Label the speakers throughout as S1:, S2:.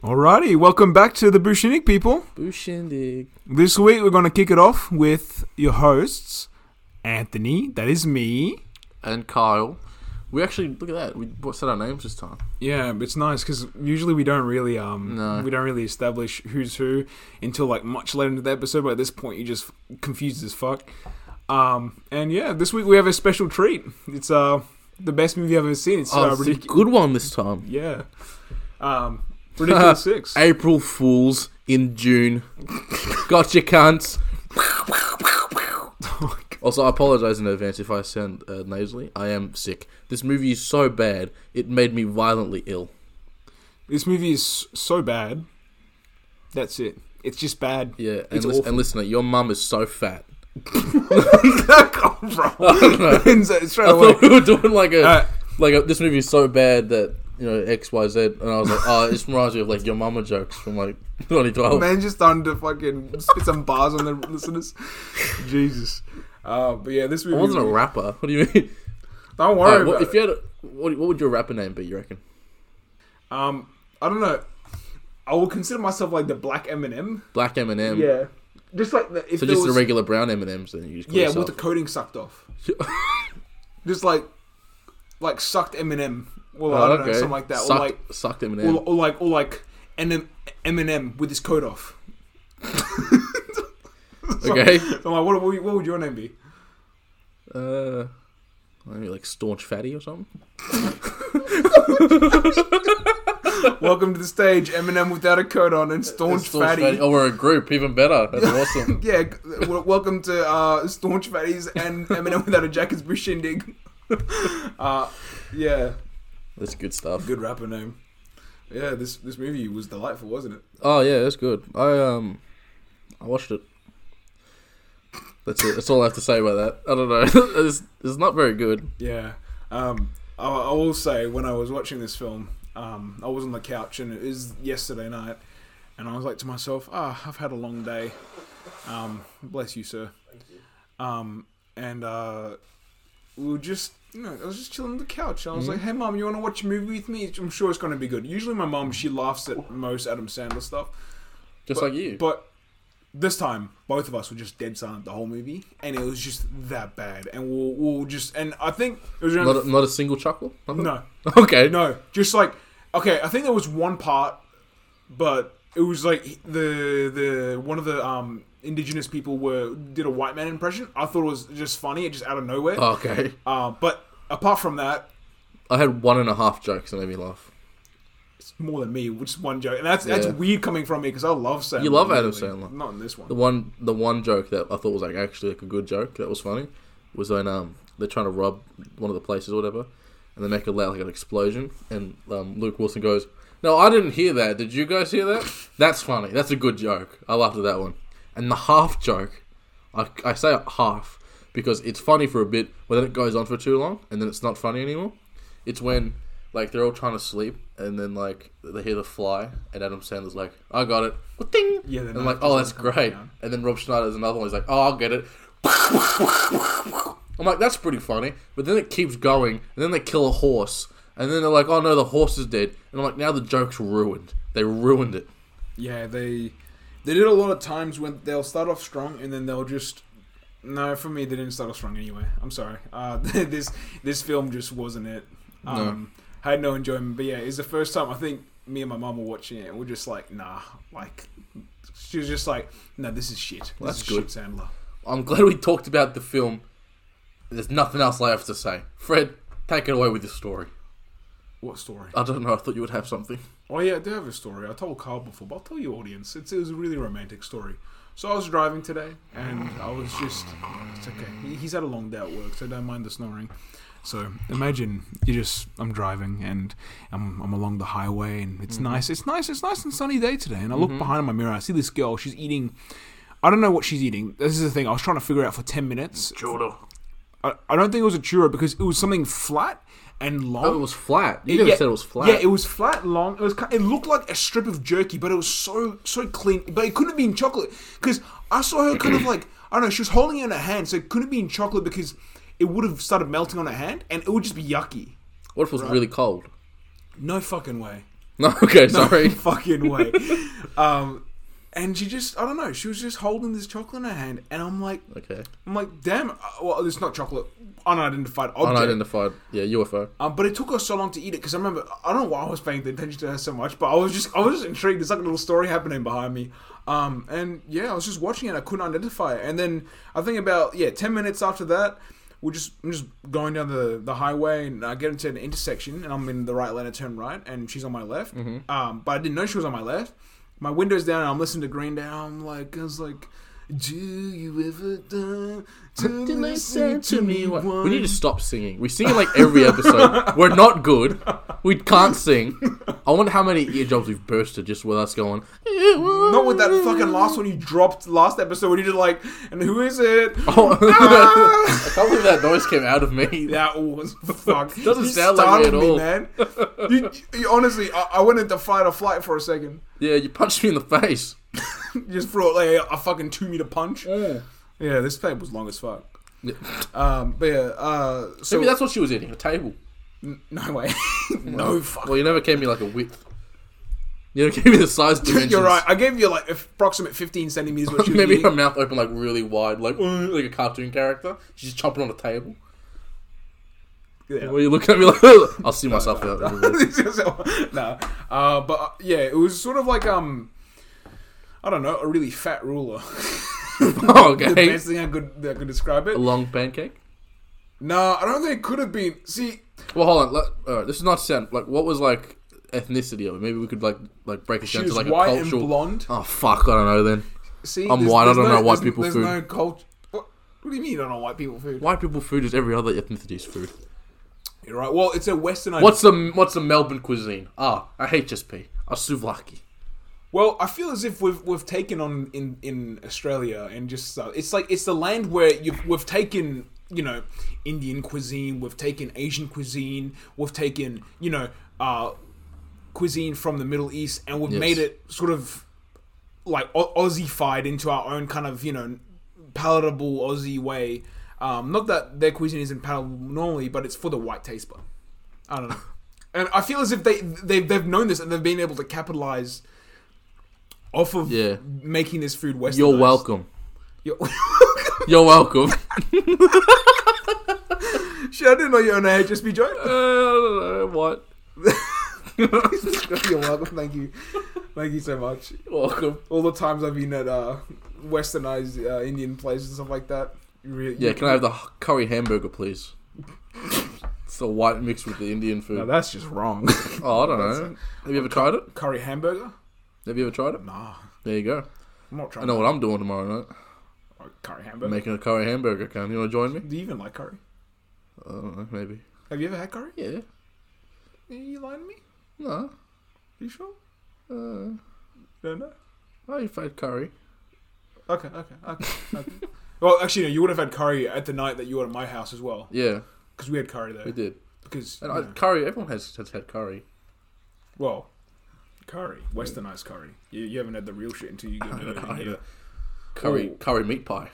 S1: Alrighty, welcome back to the Bushinik people.
S2: Bushindig.
S1: This week we're going to kick it off with your hosts, Anthony, that is me.
S2: And Kyle. We actually, look at that. We bo- said our names this time.
S1: Yeah, it's nice because usually we don't really um
S2: No.
S1: we don't really establish who's who until like much later into the episode. But at this point, you're just confused as fuck. Um, and yeah, this week we have a special treat. It's uh the best movie I've ever seen. It's
S2: Oh,
S1: uh,
S2: it's a
S1: ridiculous.
S2: good one this time.
S1: Yeah, um, ridiculous six.
S2: April Fools in June. gotcha, cunts. Also, I apologize in advance if I sound uh, nasally. I am sick. This movie is so bad, it made me violently ill.
S1: This movie is so bad. That's it. It's just bad.
S2: Yeah, and,
S1: It's
S2: lis-
S1: awful.
S2: and listener, your mum is so fat.
S1: Bro. And so- straight
S2: I
S1: away.
S2: thought we were doing like a
S1: Uh,
S2: like a, this movie is so bad that you know X Y Z, and I was like, oh, this reminds me of like your mama jokes from like 2012.
S1: Man, just starting to fucking spit some bars on the listeners. Jesus. Uh, but yeah, this
S2: I
S1: movie.
S2: wasn't a rapper. What do you mean?
S1: Don't worry.
S2: Alright, what,
S1: about
S2: if you had, a- what, what would your rapper name be? You reckon?
S1: it. Um, I don't know. I will consider myself like the black Eminem.
S2: Black Eminem.
S1: Yeah. Just like the, if
S2: So
S1: there
S2: just
S1: was,
S2: the regular brown M&Ms then you just call
S1: yeah,
S2: yourself.
S1: with the coating sucked off. just like, like sucked Eminem. Well, I don't know, something like that.
S2: Oh, Sucked,
S1: Or like,
S2: sucked
S1: or,
S2: M&M.
S1: or like, or like, M- Eminem with his coat off.
S2: okay.
S1: So I'm like, what, what, what would your name be?
S2: Uh, maybe like staunch fatty or something.
S1: Welcome to the stage, Eminem without a coat on and staunch,
S2: Staunch
S1: fatty.
S2: Oh, we're a group. Even better. That's awesome.
S1: Yeah, g- w- welcome to uh, Staunch Fatties and Eminem Without a Jacket's Bush Shindig. Uh, yeah,
S2: That's good stuff.
S1: good rapper name. Yeah, this this movie was delightful, wasn't it?
S2: Oh yeah, that's good. I um, I watched it. That's it. That's all I have to say about that. I don't know. it's, it's not very good.
S1: Yeah. Um, I, I will say, when I was watching this film, um, I was on the couch and it was yesterday night, and I was like to myself, ah, I've had a long day. Um, bless you, sir. Um, and uh, we were just, you know, I was just chilling on the couch. I was like, hey, mom, you want to watch a movie with me? I'm sure it's going to be good. Usually, my mom, she laughs at most Adam Sandler stuff.
S2: Just
S1: But-
S2: like you.
S1: But this time, both of us were just dead silent the whole movie, and it was just that bad. And we'll, we'll just and I think it was around
S2: not a, not a single chuckle. Nothing?
S1: no,
S2: Okay.
S1: no, just like okay. I think there was one part, but it was like the the one of the um indigenous people were did a white man impression. I thought it was just funny, it just out of nowhere. Uh,
S2: Oh, Okay.
S1: but apart from that,
S2: I had one and a half jokes that made me laugh.
S1: it's more than me, which is one joke, and that's that's
S2: Yeah.
S1: weird coming from me because I love Sandler.
S2: You love Adam
S1: usually.
S2: Sandler.
S1: Not in this one.
S2: The one the one joke that I thought was like actually like a good joke that was funny was when um they're trying to rob one of the places or whatever, and they make a loud like an explosion, and um, Luke Wilson goes, "No, I didn't hear that. Did you guys hear that? That's funny. That's a good joke. I laughed at that one." And the half joke, I, I say half because it's funny for a bit, but then it goes on for too long, and then it's not funny anymore. It's when like they're all trying to sleep, and then like they hear the fly, and Adam Sandler's like, "I got it." Ding.
S1: Yeah, the
S2: and
S1: knife
S2: like, oh, that's
S1: doesn't come
S2: great.
S1: down.
S2: And then Rob Schneider's another one. He's like, oh, I'll get it. I'm like, that's pretty funny. But then it keeps going, and then they kill a horse, and then they're like, oh no, the horse is dead. And I'm like, now the joke's ruined. They ruined it.
S1: Yeah, they they did a lot of times when they'll start off strong and then they'll just no. For me, they didn't start off strong anyway. I'm sorry. Uh, this this film just wasn't it. Um, Had no enjoyment. But yeah, it's the first time I think me and my mum were watching it and we're just like, nah, like. She was just like, no, this is shit. This
S2: Well, that's
S1: is
S2: good.
S1: shit, Sandler.
S2: I'm glad we talked about the film. There's nothing else I have to say. Fred, take it away with your story.
S1: What story?
S2: I don't know. I thought you would have something.
S1: Oh yeah, I do have a story. I told Carl before, but I'll tell you audience. It's, it was a really romantic story. So I was driving today, and I was just it's okay. He- He's had a long day at work, so don't mind the snoring. So imagine you just I'm driving and I'm, I'm along the highway and it's nice. It's nice. It's nice and sunny day today. And I look behind my mirror. I see this girl. She's eating. I don't know what she's eating. This is the thing. I was trying to figure out for ten minutes.
S2: Jordan.
S1: I, I don't think it was a churro because it was something flat and long.
S2: Oh, it was flat. You never
S1: Yeah,
S2: said it was flat.
S1: Yeah, it was flat, long. It was. ki- It looked like a strip of jerky, but it was so so clean. But it couldn't have been chocolate because I saw her kind of like I don't know. She was holding it in her hand, so it couldn't have been chocolate because it would have started melting on her hand, and it would just be yucky.
S2: what if it was really cold?
S1: No fucking way.
S2: No, okay,
S1: No
S2: sorry.
S1: fucking way. um, and she just, I don't know, she was just holding this chocolate in her hand, and I'm like,
S2: Okay.
S1: I'm like, damn. uh, Well, it's not chocolate, unidentified object.
S2: Unidentified, yeah, UFO.
S1: um, but it took her so long to eat it because I remember I don't know why I was paying attention to her so much, but I was just I was just intrigued. There's like a little story happening behind me. Um, and yeah, I was just watching it. I couldn't identify it. And then I think about yeah, ten minutes after that, we're just I'm just going down the the highway and I get into an intersection and I'm in the right lane I turn right and she's on my left. Um, but I didn't know she was on my left. My window's down and I'm listening to Green Day. and I'm like I was like. Do you ever dare to listen to me?
S2: We need to stop singing. We sing it like every episode. We're not good. We can't sing. I wonder how many ear jobs we've bursted just with us going.
S1: Not with that fucking last one you dropped last episode when you did like, and who is it?
S2: Oh,
S1: Ah!
S2: I can't believe that noise came out of me.
S1: That was fuck.
S2: Doesn't
S1: You
S2: sound like me
S1: startled
S2: at all.
S1: man. You, you- honestly, I, I went into fight or flight for a second.
S2: Yeah, you punched me in the face.
S1: Just for like a fucking two meter punch. Yeah, this tape was long as fuck.
S2: Yeah.
S1: Um, but yeah, uh, so
S2: Maybe that's what she was eating—a table.
S1: no way, no fuck.
S2: Well, you never gave me like a width. You never gave me the size dimensions.
S1: You're right. I gave you like approximate 15 centimeters. What you were
S2: Maybe her
S1: eating.
S2: mouth open like really wide, like "Ugh," like a cartoon character. She's just chomping on a table.
S1: Yeah.
S2: Well, you look at me like I'll see myself out.
S1: no. Uh, but uh, yeah, it was sort of like um, I don't know, a really fat ruler.
S2: Oh,
S1: the
S2: okay.
S1: best thing I could that I could describe it.
S2: A long pancake.
S1: No, I don't think it could have been. See,
S2: Well, hold on. Let, all right, this is not sound like what was like ethnicity of it. Maybe we could like like break it
S1: she
S2: down to
S1: was
S2: like a
S1: white and
S2: cultural.
S1: blonde.
S2: oh fuck! I don't know. Then
S1: See,
S2: I'm
S1: there's-
S2: white, I
S1: there's
S2: don't
S1: no-
S2: know white
S1: there's-
S2: people
S1: There's
S2: food.
S1: no culture. What, what do you mean? You don't know white people food?
S2: white people food is every other ethnicity's food.
S1: You're right. Well, it's a Western. idea.
S2: What's the what's the Melbourne cuisine? Ah, a HSP, a souvlaki.
S1: Well, I feel as if we've we've taken on in in Australia and just uh, it's like it's the land where you've we've taken you know Indian cuisine, we've taken Asian cuisine, we've taken you know uh, cuisine from the Middle East, and we've
S2: Yes.
S1: made it sort of like o- Aussified into our own kind of you know palatable Aussie way. Um, not that their cuisine isn't palatable normally, but it's for the white taste bud. I don't know. And I feel as if they they they've known this and they've been able to capitalize off of
S2: Yeah.
S1: making this food westernized.
S2: You're welcome.
S1: You're-
S2: You're welcome.
S1: Shit, I didn't know you owned a HSB
S2: uh,
S1: joint.
S2: what?
S1: You're welcome. Thank you. Thank you so much.
S2: Welcome.
S1: All the times I've been at uh, westernized uh, Indian places and stuff like that. you Really,
S2: Yeah, can I have the h- curry hamburger, please? It's the white mixed with the Indian
S1: No,
S2: food.
S1: that's just wrong.
S2: Oh, I don't know. Have you ever tried it?
S1: Curry hamburger?
S2: Have you ever tried it?
S1: Nah,
S2: There you go.
S1: I'm not
S2: I
S1: trying.
S2: know what I'm doing tomorrow night.
S1: curry hamburger.
S2: Making a curry hamburger. Can you want to join me?
S1: Do you even like curry?
S2: I don't know. Maybe.
S1: Have you ever had curry?
S2: Yeah.
S1: Are you lying to me?
S2: No.
S1: you sure?
S2: Uh,
S1: No, no.
S2: I eat fried curry.
S1: Okay, okay, okay. okay. well, actually, no. You would have had curry at the night that you were at my house as well,
S2: Yeah,
S1: because we had curry there.
S2: we did.
S1: Because
S2: And
S1: you
S2: I,
S1: know,
S2: curry. Everyone has has had curry.
S1: well, curry, westernized curry. You, you haven't had the real shit until you get to
S2: I
S1: India.
S2: know. Curry.
S1: Ooh.
S2: Curry meat pie.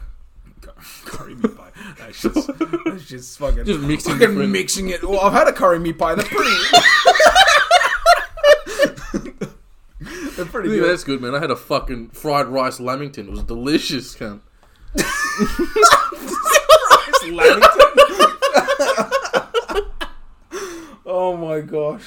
S1: Cur- curry meat pie. That's just, that's just fucking
S2: Just mixing
S1: fucking
S2: different-
S1: mixing it. Well, I've had a curry meat pie. They're pretty. They're pretty
S2: Yeah,
S1: good.
S2: that's good, man. I had a fucking fried rice lamington. It was delicious, cunt.
S1: It's Lamington. oh my gosh.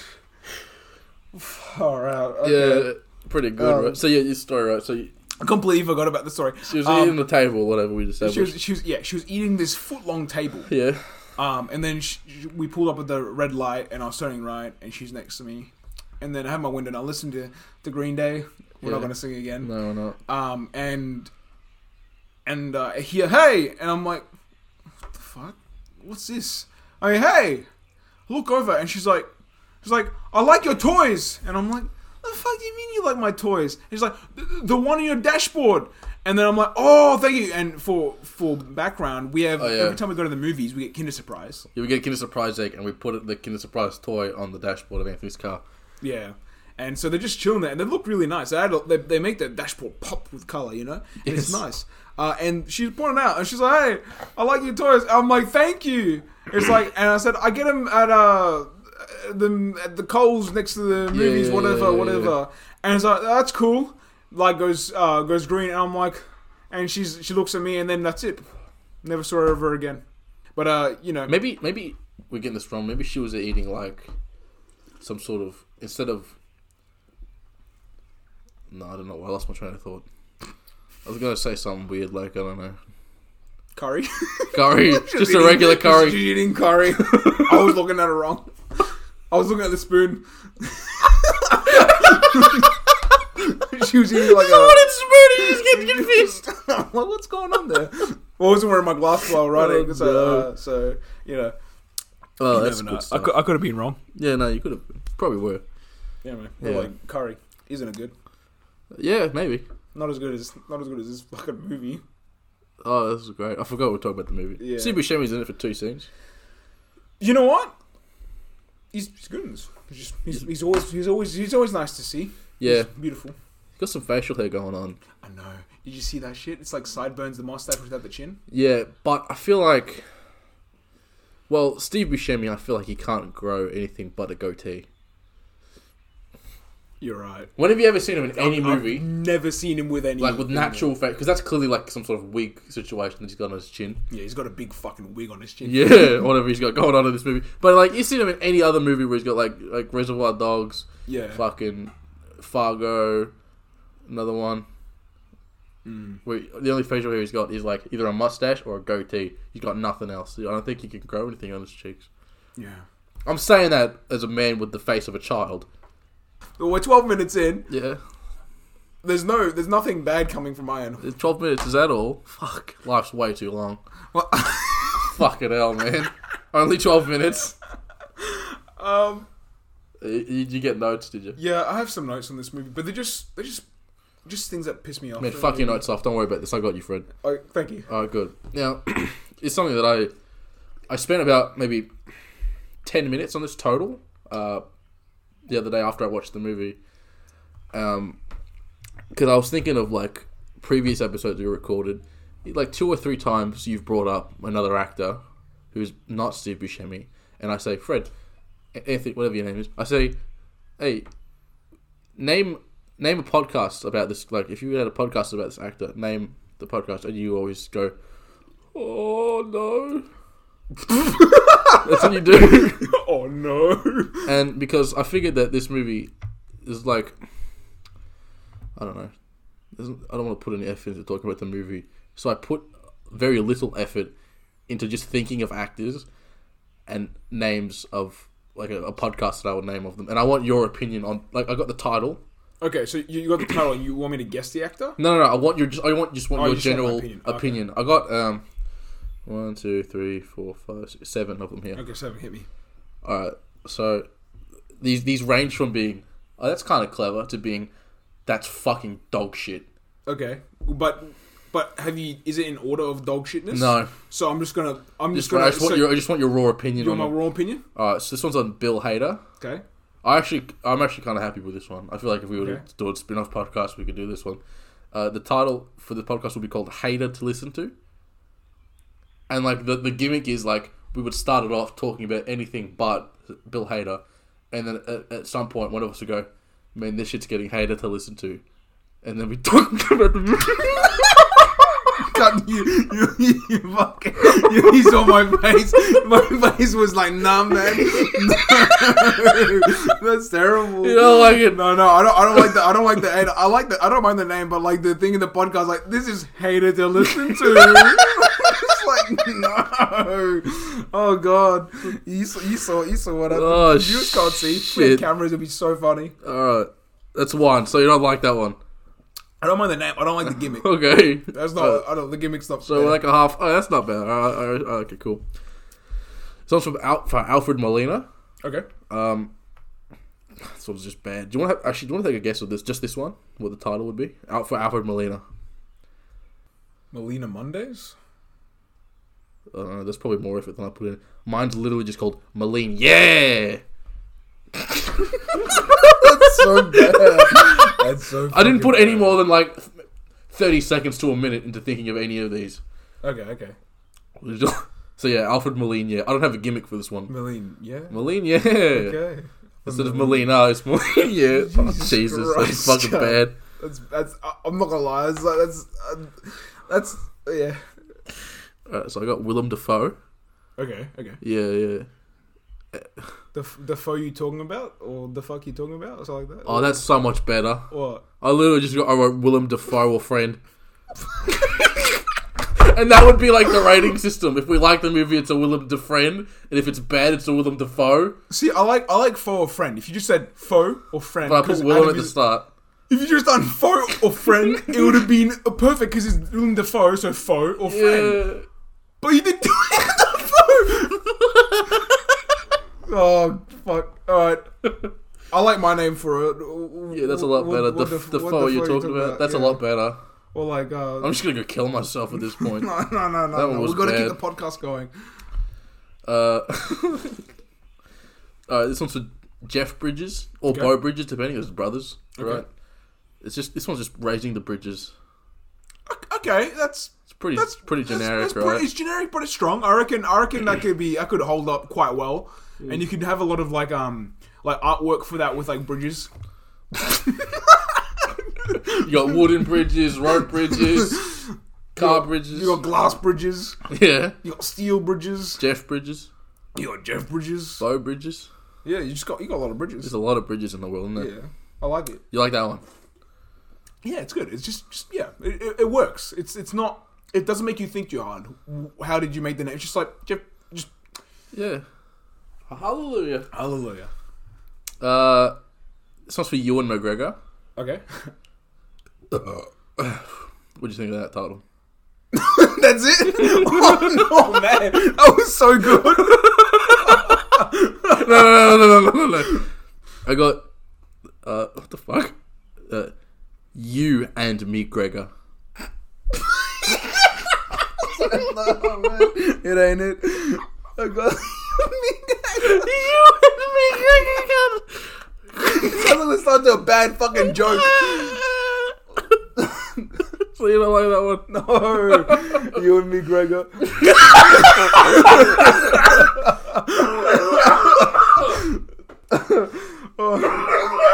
S1: Far out. Okay.
S2: Yeah, pretty good,
S1: Um,
S2: right? So yeah, your story, right? So you,
S1: I completely forgot about the story.
S2: she was
S1: Um,
S2: eating the table, whatever we decided.
S1: she was, she was, yeah, she was eating this foot long table.
S2: yeah.
S1: Um, and then she, she- we pulled up at the red light, and I was turning right, and she's next to me. And then I had my window, and I listened to, to Green Day. We're not
S2: Yeah.
S1: gonna sing again.
S2: No, no.
S1: Um, and and uh, I hear hey, and I'm like, what the fuck? What's this? I mean, hey, look over, and she's like, she's like, I like your toys, and I'm like, the fuck do you mean you like my toys? And she's like, the, the one on your dashboard, and then I'm like, oh, thank you. And for for background, we have
S2: Oh, yeah.
S1: every time we go to the movies, we get Kinder Surprise.
S2: Yeah, we get a Kinder Surprise egg, and we put it, the Kinder Surprise toy on the dashboard of Anthony's car.
S1: Yeah. And so they're just chilling there, and they look really nice. They, add a, they, they make the dashboard pop with color, you know, and it's
S2: Yes.
S1: nice. Uh, and she's pointing out, and she's like, "Hey, I like your toys." I'm like, "Thank you." It's like, and I said, "I get them at uh, uh, the at the Coles next to the movies,
S2: yeah,
S1: whatever,
S2: yeah, yeah,
S1: whatever. And it's like that's cool. Like goes uh, goes green, and I'm like, and she's she looks at me, and then that's it. Never saw her ever again. But uh, you know,
S2: Maybe maybe we're getting this wrong. Maybe she was eating like some sort of instead of. No, I don't know. I lost my train of thought. I was gonna say something weird, like I don't know,
S1: curry.
S2: curry, just a regular
S1: She's
S2: curry.
S1: eating curry. I was looking at it wrong. I was looking at the spoon. she was eating like a. I'm like, what's going on there? Well, I wasn't wearing my glasses while writing,
S2: Oh,
S1: so,
S2: no.
S1: uh, so you know.
S2: Oh,
S1: You
S2: that's
S1: never know.
S2: good stuff.
S1: I, could, I could have been wrong.
S2: yeah, no, you could have probably were.
S1: Yeah, man. But
S2: Yeah.
S1: like curry isn't it good?
S2: Yeah, maybe.
S1: Not as good as not as good as this fucking movie.
S2: Oh, this is great. I forgot we were talking about the movie.
S1: Yeah.
S2: Yeah. Steve Buscemi's in it for two scenes.
S1: You know what? He's, he's good in this. He's, just, he's, he's always he's always he's always nice to see.
S2: Yeah,
S1: He's beautiful.
S2: got some facial hair going on.
S1: I know. Did you see that shit? It's like sideburns, the mustache without the chin.
S2: Yeah, but I feel like, well, Steve Buscemi, I feel like he can't grow anything but a goatee.
S1: You're right.
S2: When have you ever seen him in any movie,
S1: I've never seen him with any
S2: like with
S1: thing
S2: natural face? Because that's clearly like some sort of wig situation that he's got on his chin.
S1: on. Yeah, he's got a big fucking wig on his chin.
S2: Yeah, whatever he's got going on in this movie. But like you've seen him in any other movie where he's got like like Reservoir Dogs,
S1: Yeah.
S2: fucking Fargo, another one.
S1: Mm.
S2: Where the only facial hair he's got is like either a mustache or a goatee. He's got nothing else. I don't think he can grow anything on his cheeks.
S1: Yeah.
S2: I'm saying that as a man with the face of a child.
S1: Well, we're 12 minutes in.
S2: Yeah,
S1: There's no, there's nothing bad coming from my end.
S2: twelve minutes is that all? Fuck, life's way too long.
S1: Well,
S2: Fucking hell, man. Only 12 minutes.
S1: um,
S2: Uh, You, you get notes, did you?
S1: yeah, I have some notes on this movie, but they're just, they're just, just things that piss me off.
S2: Man, fuck your notes off. Don't worry about this. I got you, Fred.
S1: Oh, thank you.
S2: All right, good. Now, it's something that I I spent about maybe 10 minutes on this total uh, the other day after I watched the movie. Um, because I was thinking of like previous episodes we recorded, like two or three times you've brought up another actor who's not Steve Buscemi, and I say Fred, Anthony, whatever your name is, I say, hey, name name a podcast about this. Like, if you had a podcast about this actor, name the podcast, and you always go, oh no. That's what you do.
S1: oh no.
S2: and because I figured that this movie is like, I don't know, There's- I don't want to put any effort into talking about the movie, so I put very little effort into just thinking of actors and names of like a, a podcast that I would name of them, and I want your opinion on like I got the title.
S1: Okay, so you you got the title. You want me to guess the actor?
S2: No, no, no. I want your. Just, I want just want
S1: Oh,
S2: your
S1: you just want my
S2: general opinion.
S1: opinion. Okay.
S2: I got um, one, two, three, four, five, six, seven of them here.
S1: Okay, seven hit me.
S2: All right. So these these range from being oh that's kind of clever to being that's fucking dog shit.
S1: Okay, but but have you? Is it in order of dog shitness?
S2: No,
S1: So I'm just gonna. I'm just,
S2: just,
S1: gonna.
S2: I just want
S1: so
S2: your I just want your raw opinion
S1: you
S2: on.
S1: want my
S2: it.
S1: raw opinion?
S2: All right. So this one's on Bill Hader.
S1: Okay.
S2: I actually I'm actually kind of happy with this one. I feel like if we were
S1: Okay.
S2: to do a spin off podcast, we could do this one. Uh, the title for the podcast will be called Hater to Listen to. And like the the gimmick is like we would start it off talking about anything but Bill Hader, and then at, at some point one of us would go, "Man, this shit's getting Hater to listen to," and then we talk about the
S1: God, you, you, you, you fucking. You, he saw my face. My face was like, nah, man. No, that's terrible.
S2: You don't like it?
S1: No, no, I don't. I don't like the. I don't like the. I like the. I don't mind the name, but like the thing in the podcast, like this is hated to listen to. it's like no. Oh god, you saw. You saw. You saw what happened.
S2: Oh,
S1: you just can't see. If we had
S2: shit.
S1: cameras, it'd be so funny.
S2: All right, that's one. So you don't like that one?
S1: I don't mind the name. I don't like the gimmick.
S2: Okay.
S1: That's not. I don't. The gimmick's not.
S2: So we're like a half. Oh, that's not bad. All right, all right, all right, okay, cool. So it's from Al, for Alfred Molina.
S1: okay.
S2: Um, this one's just bad. Do you want to actually? Do you want to take a guess of this? Just this one? What the title would be? Out for Alfred Molina.
S1: Melina Mondays.
S2: I don't know. There's probably more effort than I put in. Mine's literally just called Moline. Yeah.
S1: so bad. That's so.
S2: I didn't
S1: fucking
S2: put any
S1: bad.
S2: more than like thirty seconds to a minute into thinking of any of these.
S1: Okay, okay.
S2: All So yeah, Alfred Molina. I don't have a gimmick for this one.
S1: Malene, yeah.
S2: Molina.
S1: Okay.
S2: Instead of Molina, it's Molina. Oh,
S1: Jesus
S2: Jesus,
S1: Christ,
S2: that's fucking
S1: Joe.
S2: bad.
S1: That's that's. I- I'm not gonna lie. It's like that's uh, that's yeah.
S2: Alright, so I got Willem Dafoe.
S1: Okay, okay.
S2: Yeah, yeah.
S1: The f- the foe you talking about, or the fuck you talking about, or something like that.
S2: Oh, that's so much better.
S1: What?
S2: I literally just got I wrote Willem Dafoe or friend. and that would be like the rating system. If we like the movie, it's a Willem Dafoe friend, and if it's bad, it's a Willem Dafoe.
S1: See, I like I like foe or friend. If you just said foe or friend,
S2: But I
S1: 'cause
S2: put Willem
S1: Adam
S2: at the
S1: is-
S2: start.
S1: if you just done foe or friend, it would have been perfect because it's doing the foe, so foe or friend.
S2: Yeah.
S1: But you didn't do it the phone. oh fuck! All right. I like my name for it.
S2: Yeah, that's a lot better. The, the,
S1: f- what
S2: foe you're
S1: fuck
S2: talking about, that's
S1: yeah.
S2: a lot better.
S1: Or like, uh,
S2: I'm just gonna go kill myself at this point.
S1: no, no, no,
S2: That
S1: no.
S2: one
S1: no.
S2: was
S1: We've got to keep
S2: bad.
S1: the podcast going.
S2: Uh, uh, this one's for Jeff Bridges or
S1: Okay.
S2: Bo Bridges, depending on his brothers.
S1: Okay.
S2: Right? It's just this one's just raising the bridges.
S1: Okay, that's
S2: It's pretty,
S1: that's
S2: pretty
S1: that's-
S2: generic,
S1: that's
S2: right?
S1: pretty- it's generic, but it's strong. I reckon. I reckon that could be. I could hold up quite well, and you could have a lot of like um like artwork for that with like bridges.
S2: You got wooden bridges, road bridges, car bridges.
S1: You got glass bridges.
S2: yeah,
S1: You got steel bridges.
S2: Jeff Bridges,
S1: You got Jeff bridges.
S2: Bo Bridges.
S1: Yeah, you just got you got a lot of bridges.
S2: There's a lot of bridges in the world, isn't there?
S1: Yeah, I like it.
S2: You like that one?
S1: Yeah, it's good. It's just, just yeah, it, it, it works. It's it's not. It doesn't make you think too hard. W- How did you make the name? It's just like Jeff. Just
S2: Yeah. Hallelujah.
S1: hallelujah.
S2: Uh, this one's for Ewan McGregor.
S1: Okay,
S2: What do you think of that title?
S1: that's it. oh no, man, that was so good.
S2: no, no, no, no, no, no, no. I got uh, what the fuck? Uh, you and me, Gregor.
S1: oh man, it ain't it. I got
S2: you and me,
S1: Let's not do a bad fucking joke.
S2: Gregor. so you don't like that one?
S1: No, you and me, Gregor.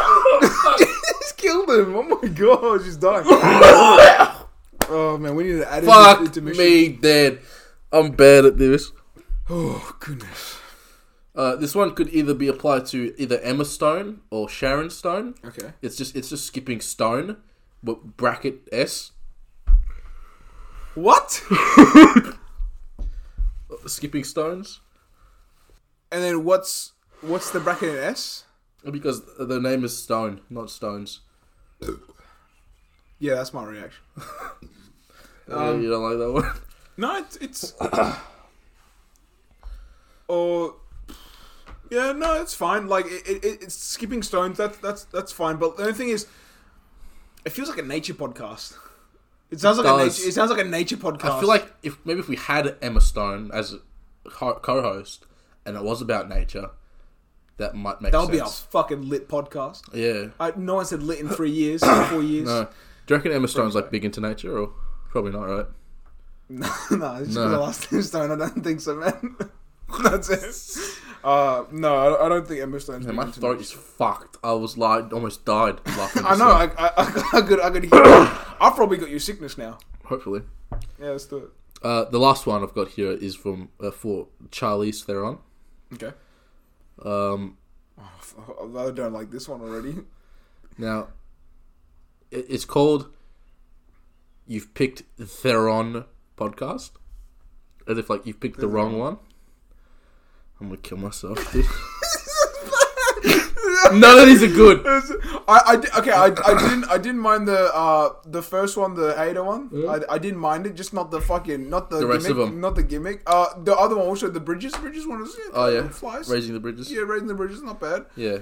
S1: just killed him. Oh my god, he's dying. oh man, we need to add in
S2: Fuck
S1: to
S2: me, dead. I'm bad at this.
S1: Oh goodness.
S2: Uh, this one could either be applied to either Emma Stone or Sharon Stone.
S1: Okay.
S2: It's just it's just skipping Stone, but bracket S.
S1: What?
S2: Skipping Stones.
S1: and then what's what's the bracket in S?
S2: Because the name is Stone, not Stones.
S1: Yeah, that's my reaction. Um,
S2: Uh, you don't like that one?
S1: No, it's. it's or. Yeah, no, it's fine. Like it, it, it- it's skipping stones. That's that's that's fine. But the only thing is, it feels like a nature podcast. It sounds like a
S2: does.
S1: nature. It sounds like a nature podcast.
S2: I feel like if maybe if we had Emma Stone as a co- co-host and it was about nature, that might make
S1: that would be a
S2: sense.
S1: fucking lit podcast.
S2: yeah.
S1: I, no one said lit in three years, four years.
S2: No. Do you reckon Emma Stone's like big into nature or probably not, right?
S1: No, no, it's just
S2: No.
S1: the last name stone. I don't think so, man. that's it. Uh, no, I, I don't think Emma Stone's.
S2: And
S1: big
S2: my
S1: into
S2: throat
S1: nature.
S2: is fucked. I was like almost died laughing.
S1: I know. I, I, I, I could. I could. Hear I've probably got your sickness now.
S2: Hopefully.
S1: Yeah, let's do it.
S2: Uh, the last one I've got here is from uh, for Charlize Theron.
S1: Okay.
S2: Um,
S1: I don't like this one already.
S2: now, it, it's called "You've Picked Theron Podcast," as if like you've picked the wrong one. I'm gonna kill myself, dude. None of these are good.
S1: I, I di- okay. I, I didn't. I didn't mind the uh the first one, the hater one. I, I didn't mind it. Just not the fucking not the,
S2: Hmm? The
S1: gimmick,
S2: rest of them.
S1: Not the gimmick. Uh, the other one also the bridges. Bridges one is
S2: Oh yeah,
S1: flies.
S2: raising the bridges.
S1: yeah, raising the bridges not bad.
S2: Yeah.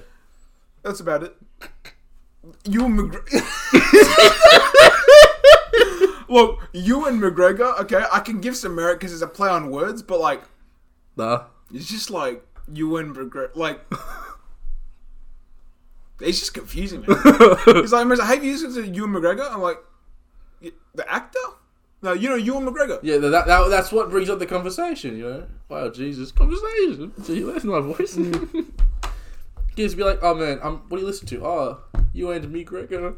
S1: That's about it. You and McGregor. Look, you and McGregor. Okay, I can give some merit because it's a play on words, but like
S2: Nah.
S1: It's just like you and regret. Like it's just confusing. Man. He's like, "Miss, have you used to Ewan McGregor? I'm like, "Y- the actor. No, you know Ewan McGregor.
S2: Yeah, that, that that's what brings up the conversation, you know. Wow, Jesus, conversation. Do you listen to my voice? Kids be like, oh man, i what do you listen to? Oh, you and me, Gregor.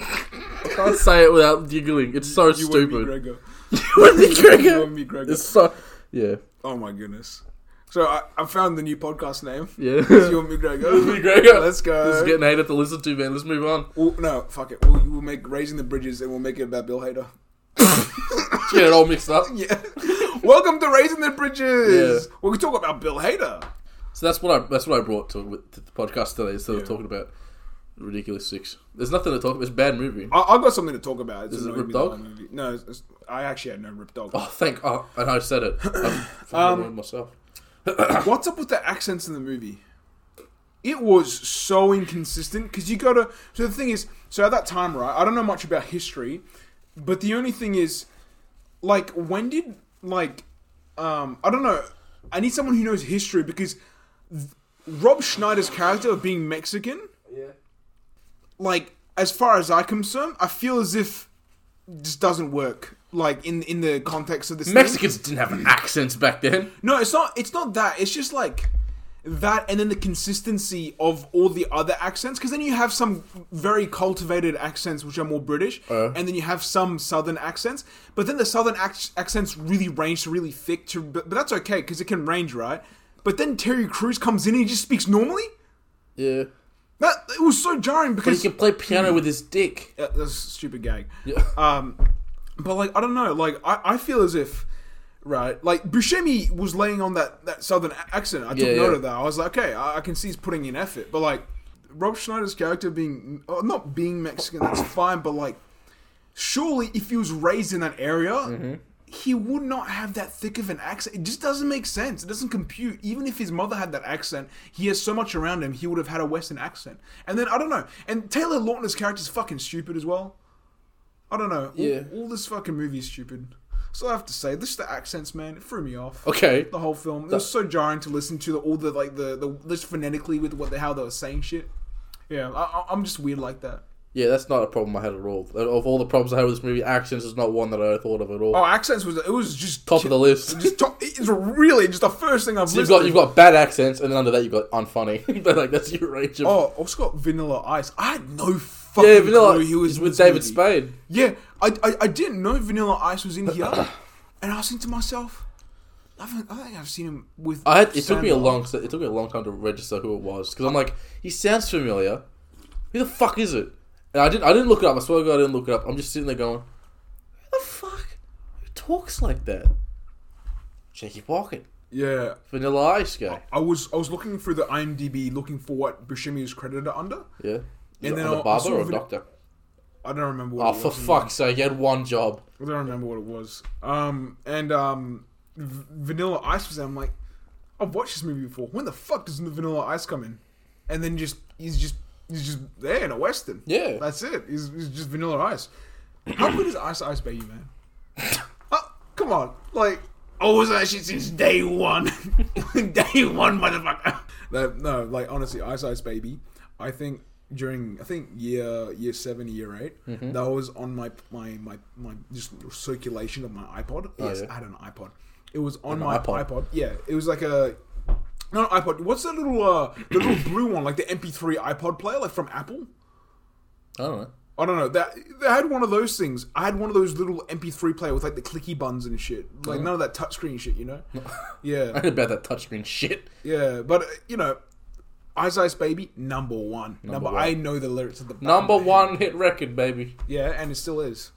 S2: I can't say it without giggling. It's so
S1: Ewan
S2: stupid.
S1: McGregor.
S2: You and me, Gregor.
S1: Ewan McGregor.
S2: It's so yeah,
S1: Oh my goodness. So I, I found the new podcast name.
S2: yeah.
S1: It's Ewan McGregor.
S2: McGregor.
S1: Let's go.
S2: This is getting hated to listen to, man. Let's move on.
S1: We'll- no, fuck it. We'll, we'll make Raising the Bridges and we'll make it about Bill Hader.
S2: Get it all mixed up.
S1: Yeah. Welcome to Raising the Bridges. Where we talk about Bill Hader.
S2: So that's what I that's what I brought to, to the podcast today. Instead
S1: Yeah.
S2: of talking about ridiculous six, there's nothing to talk. about. It's a bad movie.
S1: I, I've got something to talk about. It's
S2: Is it
S1: annoying
S2: Rip
S1: me the
S2: Dog?
S1: whole movie. No, it's, it's, I actually had no Rip Dog.
S2: Oh, thank. Oh, and I said it. I um, myself.
S1: What's up with the accents in the movie? It was so inconsistent because you gotta. So the thing is, so at that time, right? I don't know much about history, but the only thing is, like, when did like, um, I don't know. I need someone who knows history because th- Rob Schneider's character of being Mexican,
S2: Yeah.
S1: like, as far as I'm concerned, I feel as if just doesn't work. Like in in the context of this thing.
S2: Mexicans didn't have accents back then.
S1: No, it's not. It's not that. It's just like that, and then the consistency of all the other accents. Because then you have some very cultivated accents, which are more British, and then you have some Southern accents. But then the Southern ac- accents really range to really thick. To but, but that's okay because it can range, right? But then Terry Crews comes in and he just speaks normally.
S2: Yeah.
S1: That it was so jarring
S2: But he
S1: because
S2: can play piano with his dick.
S1: yeah, uh, that's a stupid gag.
S2: Yeah.
S1: Um, but like I don't know, like I, I feel as if right, like Buscemi was laying on that that southern a- accent. I took
S2: Yeah,
S1: note
S2: yeah.
S1: of that. I was like, okay, I, I can see he's putting in effort. But like Rob Schneider's character being oh, not being Mexican, that's fine. But like, surely if he was raised in that area.
S2: Mm-hmm.
S1: He would not have that thick of an accent. It just doesn't make sense. It doesn't compute. Even if his mother had that accent, he has so much around him, he would have had a Western accent. And then, I don't know. And Taylor Lautner's character is fucking stupid as well. I don't know. All,
S2: Yeah.
S1: all this fucking movie is stupid. So I have to say, this the accents, man, it threw me off.
S2: Okay.
S1: The whole film. It was so jarring to listen to the, all the like the, the just phonetically with what the how they were saying shit. Yeah, I, I- I'm just weird like that.
S2: Yeah, that's not a problem I had at all. Of all the problems I had with this movie, accents is not one that I thought of at all.
S1: Oh, accents was it was just
S2: Top of the list.
S1: Just top, it's really just the first thing I've
S2: You've
S1: listed.
S2: got you've got bad accents, and then under that you've got unfunny. But, like that's your range of
S1: oh, also got Vanilla Ice. I had no fucking
S2: yeah, vanilla.
S1: clue he was
S2: he's
S1: in
S2: with
S1: this
S2: David
S1: movie.
S2: Spade.
S1: Yeah, I, I I didn't know Vanilla Ice was in here, and I was thinking to myself, I, haven't, I don't think I've seen him with.
S2: I had, it took
S1: Sam
S2: me a
S1: Neill.
S2: long it took me a long time to register who it was because I'm like he sounds familiar. Who the fuck is it? And I didn't I didn't look it up. I swear to God, I didn't look it up. I'm just sitting there going, who the fuck who talks like that? Check your pocket,
S1: Yeah,
S2: Vanilla Ice guy.
S1: I was I was looking through the IMDb looking for what Buscemi is credited under.
S2: Yeah, is
S1: And
S2: and
S1: then
S2: then
S1: I- I
S2: a barber
S1: saw
S2: or a
S1: Vin-
S2: doctor.
S1: I don't remember what
S2: Oh
S1: it was.
S2: for fuck's sake, he had one job.
S1: I don't remember what it was. Um and um v- Vanilla Ice was there. I'm like I've watched this movie before. When the fuck does Vanilla Ice come in? And then just he's just he's just there in a western.
S2: Yeah.
S1: That's it. He's, he's just Vanilla Ice. How good is Ice Ice Baby, man? Oh, come on. Like, I was on Oh, that shit since day one. day one, motherfucker. No, no, like, honestly, Ice Ice Baby, I think during, I think year year seven, year 8
S2: Mm-hmm.
S1: that was on my, my, my, my, just circulation of my iPod. yes,
S2: yeah.
S1: I had an iPod. It was on my iPod.
S2: iPod.
S1: Yeah, it was like a, not an iPod. What's that little, uh, the little blue one, like the MP3 iPod player, like from Apple?
S2: I don't know.
S1: I don't know. That they had one of those things. I had one of those little MP3 player with like the clicky buttons and shit. Like
S2: Uh-huh.
S1: none of that touchscreen shit, you know. yeah,
S2: I about that touchscreen shit.
S1: yeah. But uh, you know, Ice Ice Baby number one. Number,
S2: one.
S1: I know the lyrics of the band,
S2: Number
S1: Oh, man.
S2: one hit record, baby.
S1: Yeah, and it still is,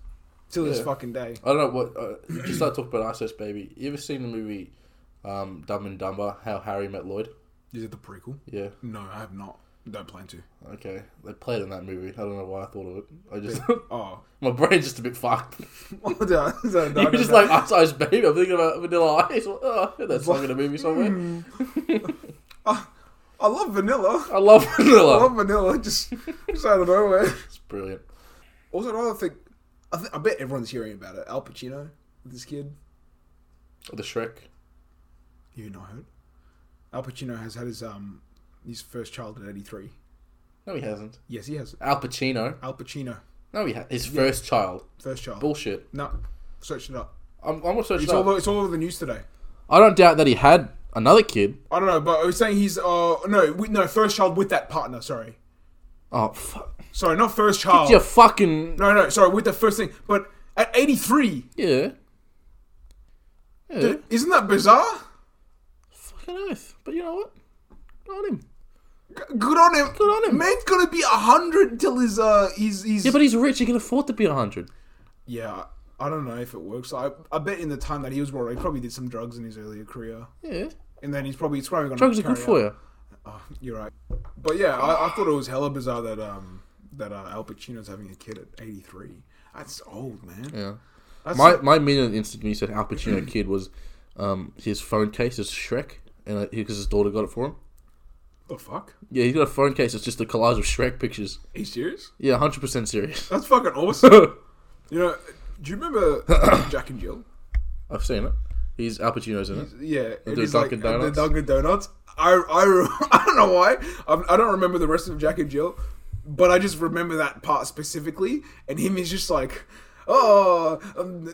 S1: till this
S2: Yeah.
S1: fucking day.
S2: I don't know what. Uh, you just start talking about Ice Ice Baby. You ever seen the movie um, Dumb and Dumber? How Harry Met Lloyd?
S1: Is it the prequel?
S2: Yeah.
S1: No, I have not. Don't plan to.
S2: Okay. They played in that movie. I don't know why I thought of it. I just
S1: Oh,
S2: my brain's just a bit fucked.
S1: no, no,
S2: You
S1: no,
S2: were just
S1: no.
S2: like Ice Ice Baby. I'm thinking about Vanilla Ice. Well, Oh, I heard that song in a movie somewhere.
S1: Hmm. I love vanilla.
S2: I love
S1: I love
S2: Vanilla.
S1: vanilla. Just, just out of nowhere.
S2: It's brilliant.
S1: Also, another thing. I, th- I bet everyone's hearing about it. Al Pacino, with this kid.
S2: The Shrek.
S1: You know it. Al Pacino has had his um his first child at 83.
S2: No, he hasn't.
S1: Yes, he has.
S2: Al Pacino.
S1: Al Pacino,
S2: No, he ha- his first child.
S1: first child.
S2: Bullshit.
S1: no, Search it up.
S2: I'm, I'm gonna search
S1: It's
S2: it up.
S1: all it's all over the news today.
S2: I don't doubt that he had another kid.
S1: I don't know, but I was saying he's uh no with, no first child with that partner. Sorry,
S2: Oh fuck!
S1: sorry, not first child.
S2: You fucking
S1: Oh. No, no, sorry with the first thing. But at eighty three,
S2: yeah. Yeah.
S1: isn't that bizarre?
S2: Fucking oath. But you know what? Good on him.
S1: Good on him.
S2: Good on him.
S1: Man's gonna be hundred till his uh he's he's
S2: Yeah, but he's rich. He can afford to be hundred.
S1: yeah. I don't know if it works. I I bet in the time that he was born, he probably did some drugs in his earlier career,
S2: Yeah,
S1: and then he's probably it's probably gonna
S2: drugs are good for you.
S1: Oh, you're right. But yeah, I, I thought it was hella bizarre that um that uh, Al Pacino's having a kid at eighty three. That's old, man.
S2: Yeah.
S1: That's
S2: My my immediate instinct when you said Al Pacino kid was, um, his phone case is Shrek, and because his daughter got it for him.
S1: the fuck.
S2: Yeah, he's got a phone case. It's just a collage of Shrek pictures.
S1: Are you serious?
S2: Yeah, hundred percent serious.
S1: That's fucking awesome. you know, do you remember Jack and Jill?
S2: I've seen it. He's Al Pacino's in it.
S1: Yeah, it
S2: the
S1: is
S2: Dunkin'
S1: like
S2: Donuts?
S1: the Dunkin' Donuts. I I, re- I don't know why. I'm, I don't remember the rest of Jack and Jill, but I just remember that part specifically. And him is just like, oh, um,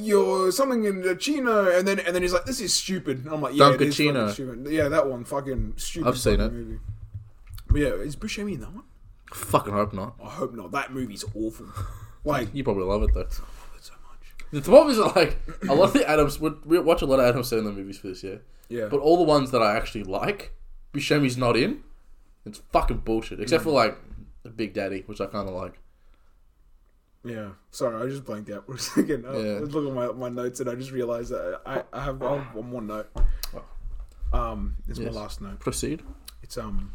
S1: you're something in the Chino, and then and then he's like, this is stupid. And I'm like, yeah, it is fucking
S2: Dunkachino.
S1: stupid. Yeah, that one, fucking stupid.
S2: I've seen
S1: fucking
S2: it.
S1: Movie. But yeah, is Buscemi in that one?
S2: Fucking hope not.
S1: I hope not. That movie's awful. Like,
S2: You probably love it though.
S1: I love it so much.
S2: The problems are like a lot of the Adams. We we watch a lot of Adam Sandler movies for this year,
S1: Yeah,
S2: but all the ones that I actually like, Buscemi's not in. It's fucking bullshit. Except for like Big Daddy, which I kind of like.
S1: Yeah. Sorry, I just blanked out for a second. I
S2: Yeah.
S1: was looking at my, my notes and I just realized that I, I have I have one more note. Um, it's
S2: Oh. Yes. Oh.
S1: my last note.
S2: Proceed.
S1: It's um,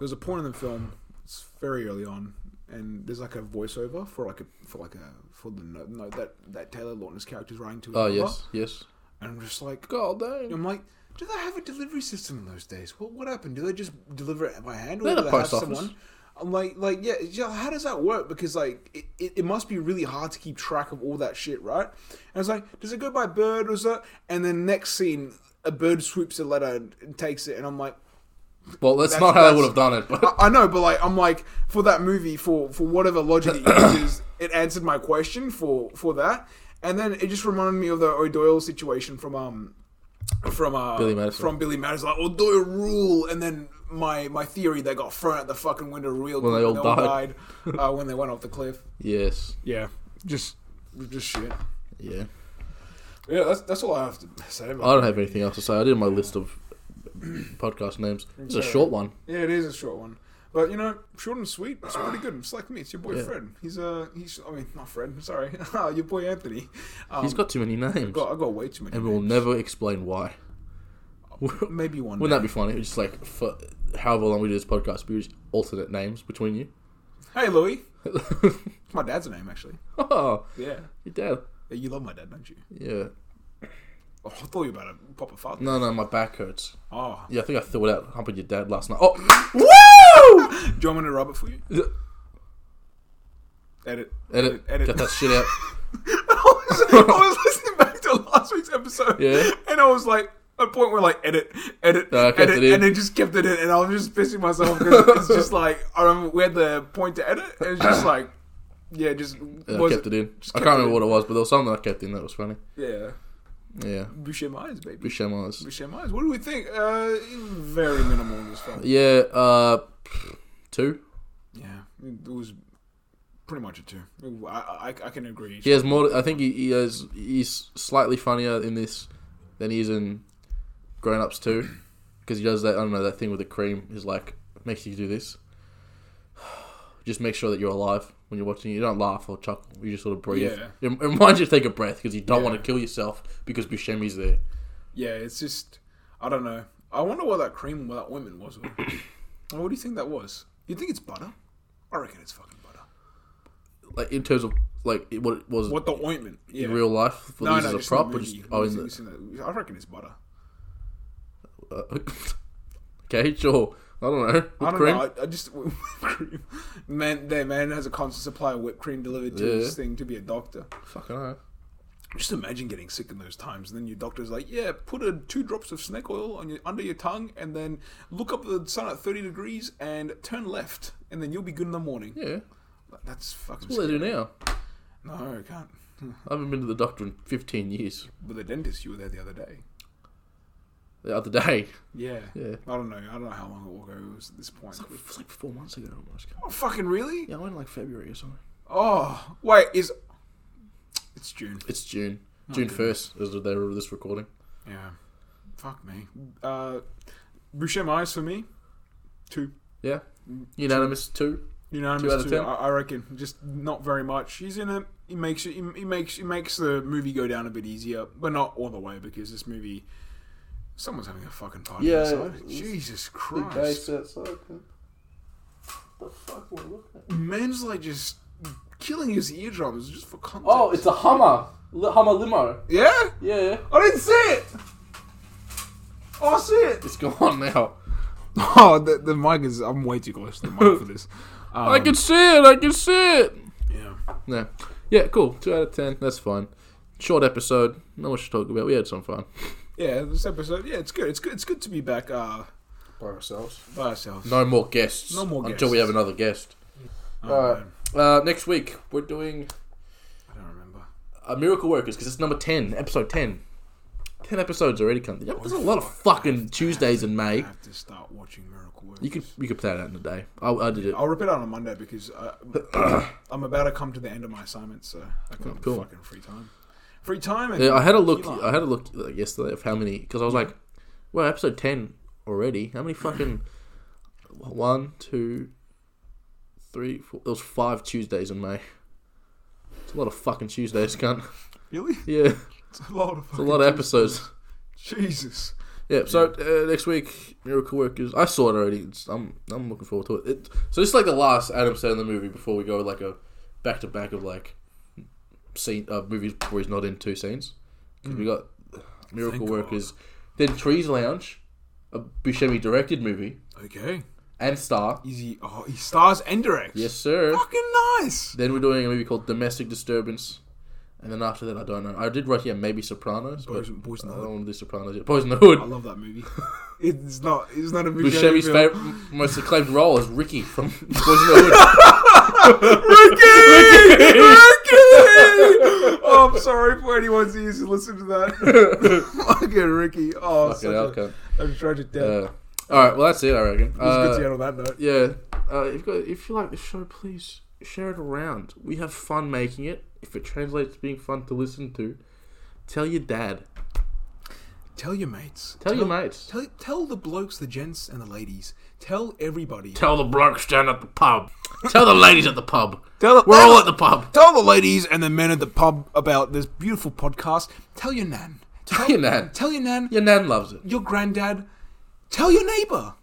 S1: there's a point in the film. It's very early on, and there's like a voiceover for like a for like a for the note, note that that Taylor Lautner's character is writing to. his
S2: Oh
S1: mother.
S2: yes, yes.
S1: And I'm just like,
S2: God damn.
S1: I'm like, do they have a delivery system in those days? What what happened? Do they just deliver it by hand,
S2: They
S1: or
S2: had
S1: do they have
S2: a post office.
S1: someone? I'm like, like, yeah, yeah, how does that work? Because like, it, it, it must be really hard to keep track of all that shit, right? And it's like, does it go by bird or is that? And then next scene, a bird swoops a letter and, and takes it, and I'm like,
S2: Well, that's,
S1: That's-
S2: not how
S1: that's-
S2: they would have done it. But
S1: I, I know, but like, I'm like, for that movie, for for whatever logic it uses, it answered my question for for that, and then it just reminded me of the O'Doyle situation from um from uh
S2: Billy Madison.
S1: from Billy Madison, like O'Doyle rule, and then my my theory they got thrown out the fucking window real
S2: When
S1: quick,
S2: they
S1: and
S2: all died.
S1: died uh, when they went off the cliff.
S2: yes,
S1: Yeah, just just shit.
S2: yeah.
S1: Yeah, that's that's all I have to say. About
S2: I don't have anything else to say. I did my list of podcast names. It's a
S1: Sorry.
S2: short one.
S1: it. Yeah, it is a short one. But you know, short and sweet. It's pretty good. It's like me. It's your boy
S2: Yeah.
S1: Fred. He's uh, he's. I mean, not Fred. Sorry, your boy Anthony. Um,
S2: He's got too many names,
S1: got, I got way too many.
S2: and we'll
S1: names.
S2: never explain why. Wouldn't
S1: Maybe one.
S2: that
S1: day.
S2: be funny? It's just like for however long we do this podcast, we use alternate names between you.
S1: Hey, Louis. It's my dad's name, actually.
S2: oh,
S1: Yeah.
S2: your dad.
S1: You love my dad, don't you?
S2: Yeah.
S1: Oh, I thought you were about to pop a fart.
S2: No, no, my back hurts.
S1: Oh.
S2: Yeah, I think I threw it out humping your dad last night. Oh,
S1: Do you want me to rub it for you?
S2: woo!
S1: Edit.
S2: Edit,
S1: Edit.
S2: get that shit out.
S1: I was, I was listening back to last week's episode,
S2: Yeah.
S1: and I was like, at a point where like edit, edit,
S2: No, I kept
S1: edit,
S2: it in.
S1: and then just kept it in, and I was just pissing myself because it's just like I remember we had the point to edit, and it's just like, yeah, just
S2: Yeah, I
S1: was
S2: kept it in.
S1: just
S2: I
S1: kept
S2: can't remember
S1: it
S2: what it was, but there was something I kept in that was funny.
S1: Yeah,
S2: Yeah,
S1: Boucher Myers, baby.
S2: Boucher Myers.
S1: Boucher Myers. What do we think? Uh, very minimal in this film.
S2: Yeah, uh, two.
S1: Yeah, it was pretty much a two. I, I, I can agree.
S2: He has more. I think he, he has. He's slightly funnier in this than he is in Grown Ups Two, because he does that. I don't know that thing with the cream is like makes you do this. Just make sure that you're alive when you're watching. it. You don't laugh or chuckle. You just sort of breathe.
S1: Yeah.
S2: It, it reminds you to take a breath because you don't want
S1: Yeah.
S2: to kill yourself because Buscemi's there.
S1: Yeah, it's just I don't know. I wonder what that cream what that ointment was. what do you think that was? You think it's butter? I reckon it's fucking butter.
S2: Like in terms of like it- what it was
S1: What the ointment? Yeah.
S2: in real life.
S1: no,
S2: this
S1: no,
S2: is
S1: just
S2: a prop.
S1: the
S2: Or just,
S1: movie.
S2: oh,
S1: You
S2: in
S1: see-
S2: the,
S1: you see that- I reckon it's butter.
S2: Uh, okay, sure. I don't know.
S1: I
S2: Whipped
S1: don't
S2: cream?
S1: know. I, I just whipped cream. Man, that man has a constant supply of whipped cream delivered to
S2: Yeah.
S1: his thing to be a doctor.
S2: Fucking know.
S1: Just imagine getting sick in those times, and then your doctor's like, "Yeah, put a, two drops of snake oil on your under your tongue, and then look up the sun at thirty degrees and turn left, and then you'll be good in the morning."
S2: Yeah.
S1: That's fucking.
S2: What do they do now?
S1: No, I can't.
S2: I haven't been to the doctor in 15 years.
S1: With the dentist, you were there the other day.
S2: The other day.
S1: Yeah.
S2: Yeah.
S1: I don't know. I don't know how long ago it was at this point.
S2: It was like four months ago almost.
S1: Oh, fucking really?
S2: Yeah, I went in like February or something.
S1: Oh, wait, is it's June?
S2: It's June. June
S1: goodness.
S2: 1st is the day of this recording.
S1: Yeah. Fuck me. Uh, Boucher eyes for me. Two.
S2: Yeah. Unanimous two. Two out
S1: Unanimous
S2: of
S1: two.
S2: ten?
S1: I, I reckon. Just not very much. He's in it. He makes it. He makes. He makes the movie go down a bit easier, but not all the way because this movie. Someone's having a fucking party
S2: Yeah,
S1: outside.
S2: it's-
S1: Jesus Christ.
S2: outside. The fuck were we looking at?
S1: Man's like just killing his eardrums just for content.
S2: Oh, it's a Hummer. Li- Hummer limo.
S1: yeah.
S2: Yeah.
S1: I didn't see it. Oh, I see it.
S2: It's gone now.
S1: Oh, the, the mic is. I'm way too close to the mic for this. Um,
S2: I can see it. I can see it.
S1: Yeah.
S2: No. Yeah, cool. Two out of ten. That's fine. Short episode. Not much to talk about. We had some fun.
S1: Yeah, this episode. Yeah, it's good. It's good. It's good to be back uh,
S2: By ourselves.
S1: by ourselves.
S2: No more guests.
S1: No more
S2: Until we
S1: guests.
S2: have another guest.
S1: Oh,
S2: Alright.
S1: man,
S2: Uh, next week, we're doing
S1: I don't remember.
S2: uh, Miracle Workers because it's number 10, episode 10. 10 episodes already come. Yeah, There's a lot of fucking Tuesdays in
S1: I
S2: May.
S1: have to start watching Miracle Workers.
S2: You could you could play that out in a day. I, I did it.
S1: I'll rip it out on Monday because uh, I'm about to come to the end of my assignment, so I can have
S2: cool.
S1: fucking free time. Free time. And
S2: Yeah, I had a look.
S1: Elon.
S2: I had a look like, yesterday of how many because I was like, "Well, episode ten already. How many fucking one, two, three, four? There was five Tuesdays in May. It's a lot of fucking Tuesdays, cunt.
S1: Really?
S2: Yeah,
S1: It's a lot of.
S2: it's a
S1: fucking-
S2: lot of episodes.
S1: Jesus.
S2: Yeah. So uh, next week, Miracle Workers. I saw it already. It's, I'm I'm looking forward to it. it. So it's like the last Adam Sandler movie before we go like a back to back of like scene uh, movies where he's not in two scenes. 'Cause we got
S1: Hmm.
S2: Miracle
S1: Thank
S2: Workers, then Trees Lounge, a Buscemi directed movie,
S1: Okay.
S2: and Star.
S1: Easy. Oh, he stars and directs.
S2: Yes, sir.
S1: Fucking nice.
S2: Then we're doing a movie called Domestic Disturbance, and then after that, I don't know. I did write here maybe Sopranos, but
S1: Boys, boys in the
S2: I
S1: Hood.
S2: don't want to do Sopranos yet. Boys in the Hood.
S1: I love that movie. it's not. It's not a movie.
S2: Buscemi's favorite, most acclaimed role is Ricky from Boys in the Hood.
S1: Ricky! Ricky! oh, I'm sorry for anyone's ears who listen to that. Fucking Ricky. Oh,
S2: Fucking
S1: such
S2: hell,
S1: a, a tragic death.
S2: cunt. Uh, all right, well that's it, I reckon.
S1: it was
S2: Uh,
S1: good to end on that note.
S2: yeah, uh, if, you got, if you like the show, please share it around. We have fun making it. If it translates to being fun to listen to, tell your dad,
S1: Tell your mates.
S2: tell your mates,
S1: Tell, tell the blokes, the gents, and the ladies. Tell everybody.
S2: tell the blokes down at the pub, tell the ladies at the pub.
S1: Tell the-
S2: We're all at the pub.
S1: Tell the ladies and the men at the pub about this beautiful podcast. Tell your nan.
S2: Tell your nan.
S1: Tell your nan.
S2: Your nan loves it.
S1: Your granddad. Tell your neighbor.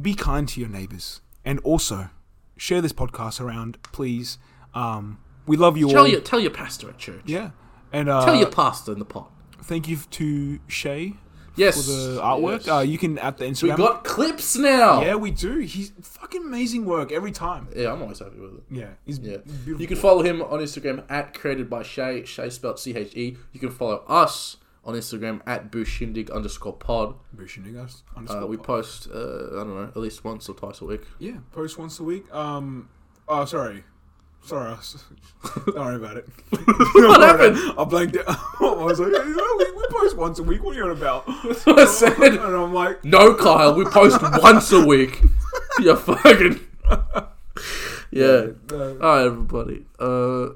S1: Be kind to your neighbors, and also share this podcast around, please. Um, we love you all.
S2: Tell your tell your pastor at church.
S1: Yeah. And uh,
S2: Tell your pastor in the pot.
S1: thank you to Shay
S2: Yes.
S1: for the artwork.
S2: Yes.
S1: Uh, you can at the Instagram.
S2: we got clips now.
S1: yeah, we do. He's fucking amazing work every time.
S2: Yeah, I'm always happy with it.
S1: Yeah, he's
S2: Yeah.
S1: beautiful.
S2: You can follow him on Instagram at created by Shay, Shay spelled C H E. You can follow us on Instagram at bushindig underscore pod.
S1: Bouchinigas
S2: Uh,
S1: underscore
S2: we
S1: pod.
S2: post, uh, I don't know, at least once or twice a week.
S1: yeah, post once a week. Um, oh sorry, sorry, I s- don't worry about it. what
S2: happened?
S1: I blanked it. I was like, yeah, we, we post once a week. What are you on about? That's
S2: what I said.
S1: And I'm like,
S2: No, Kyle, we post once a week. You fucking. yeah.
S1: uh,
S2: Alright, everybody. Uh,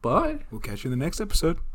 S2: bye.
S1: we'll catch you in the next episode.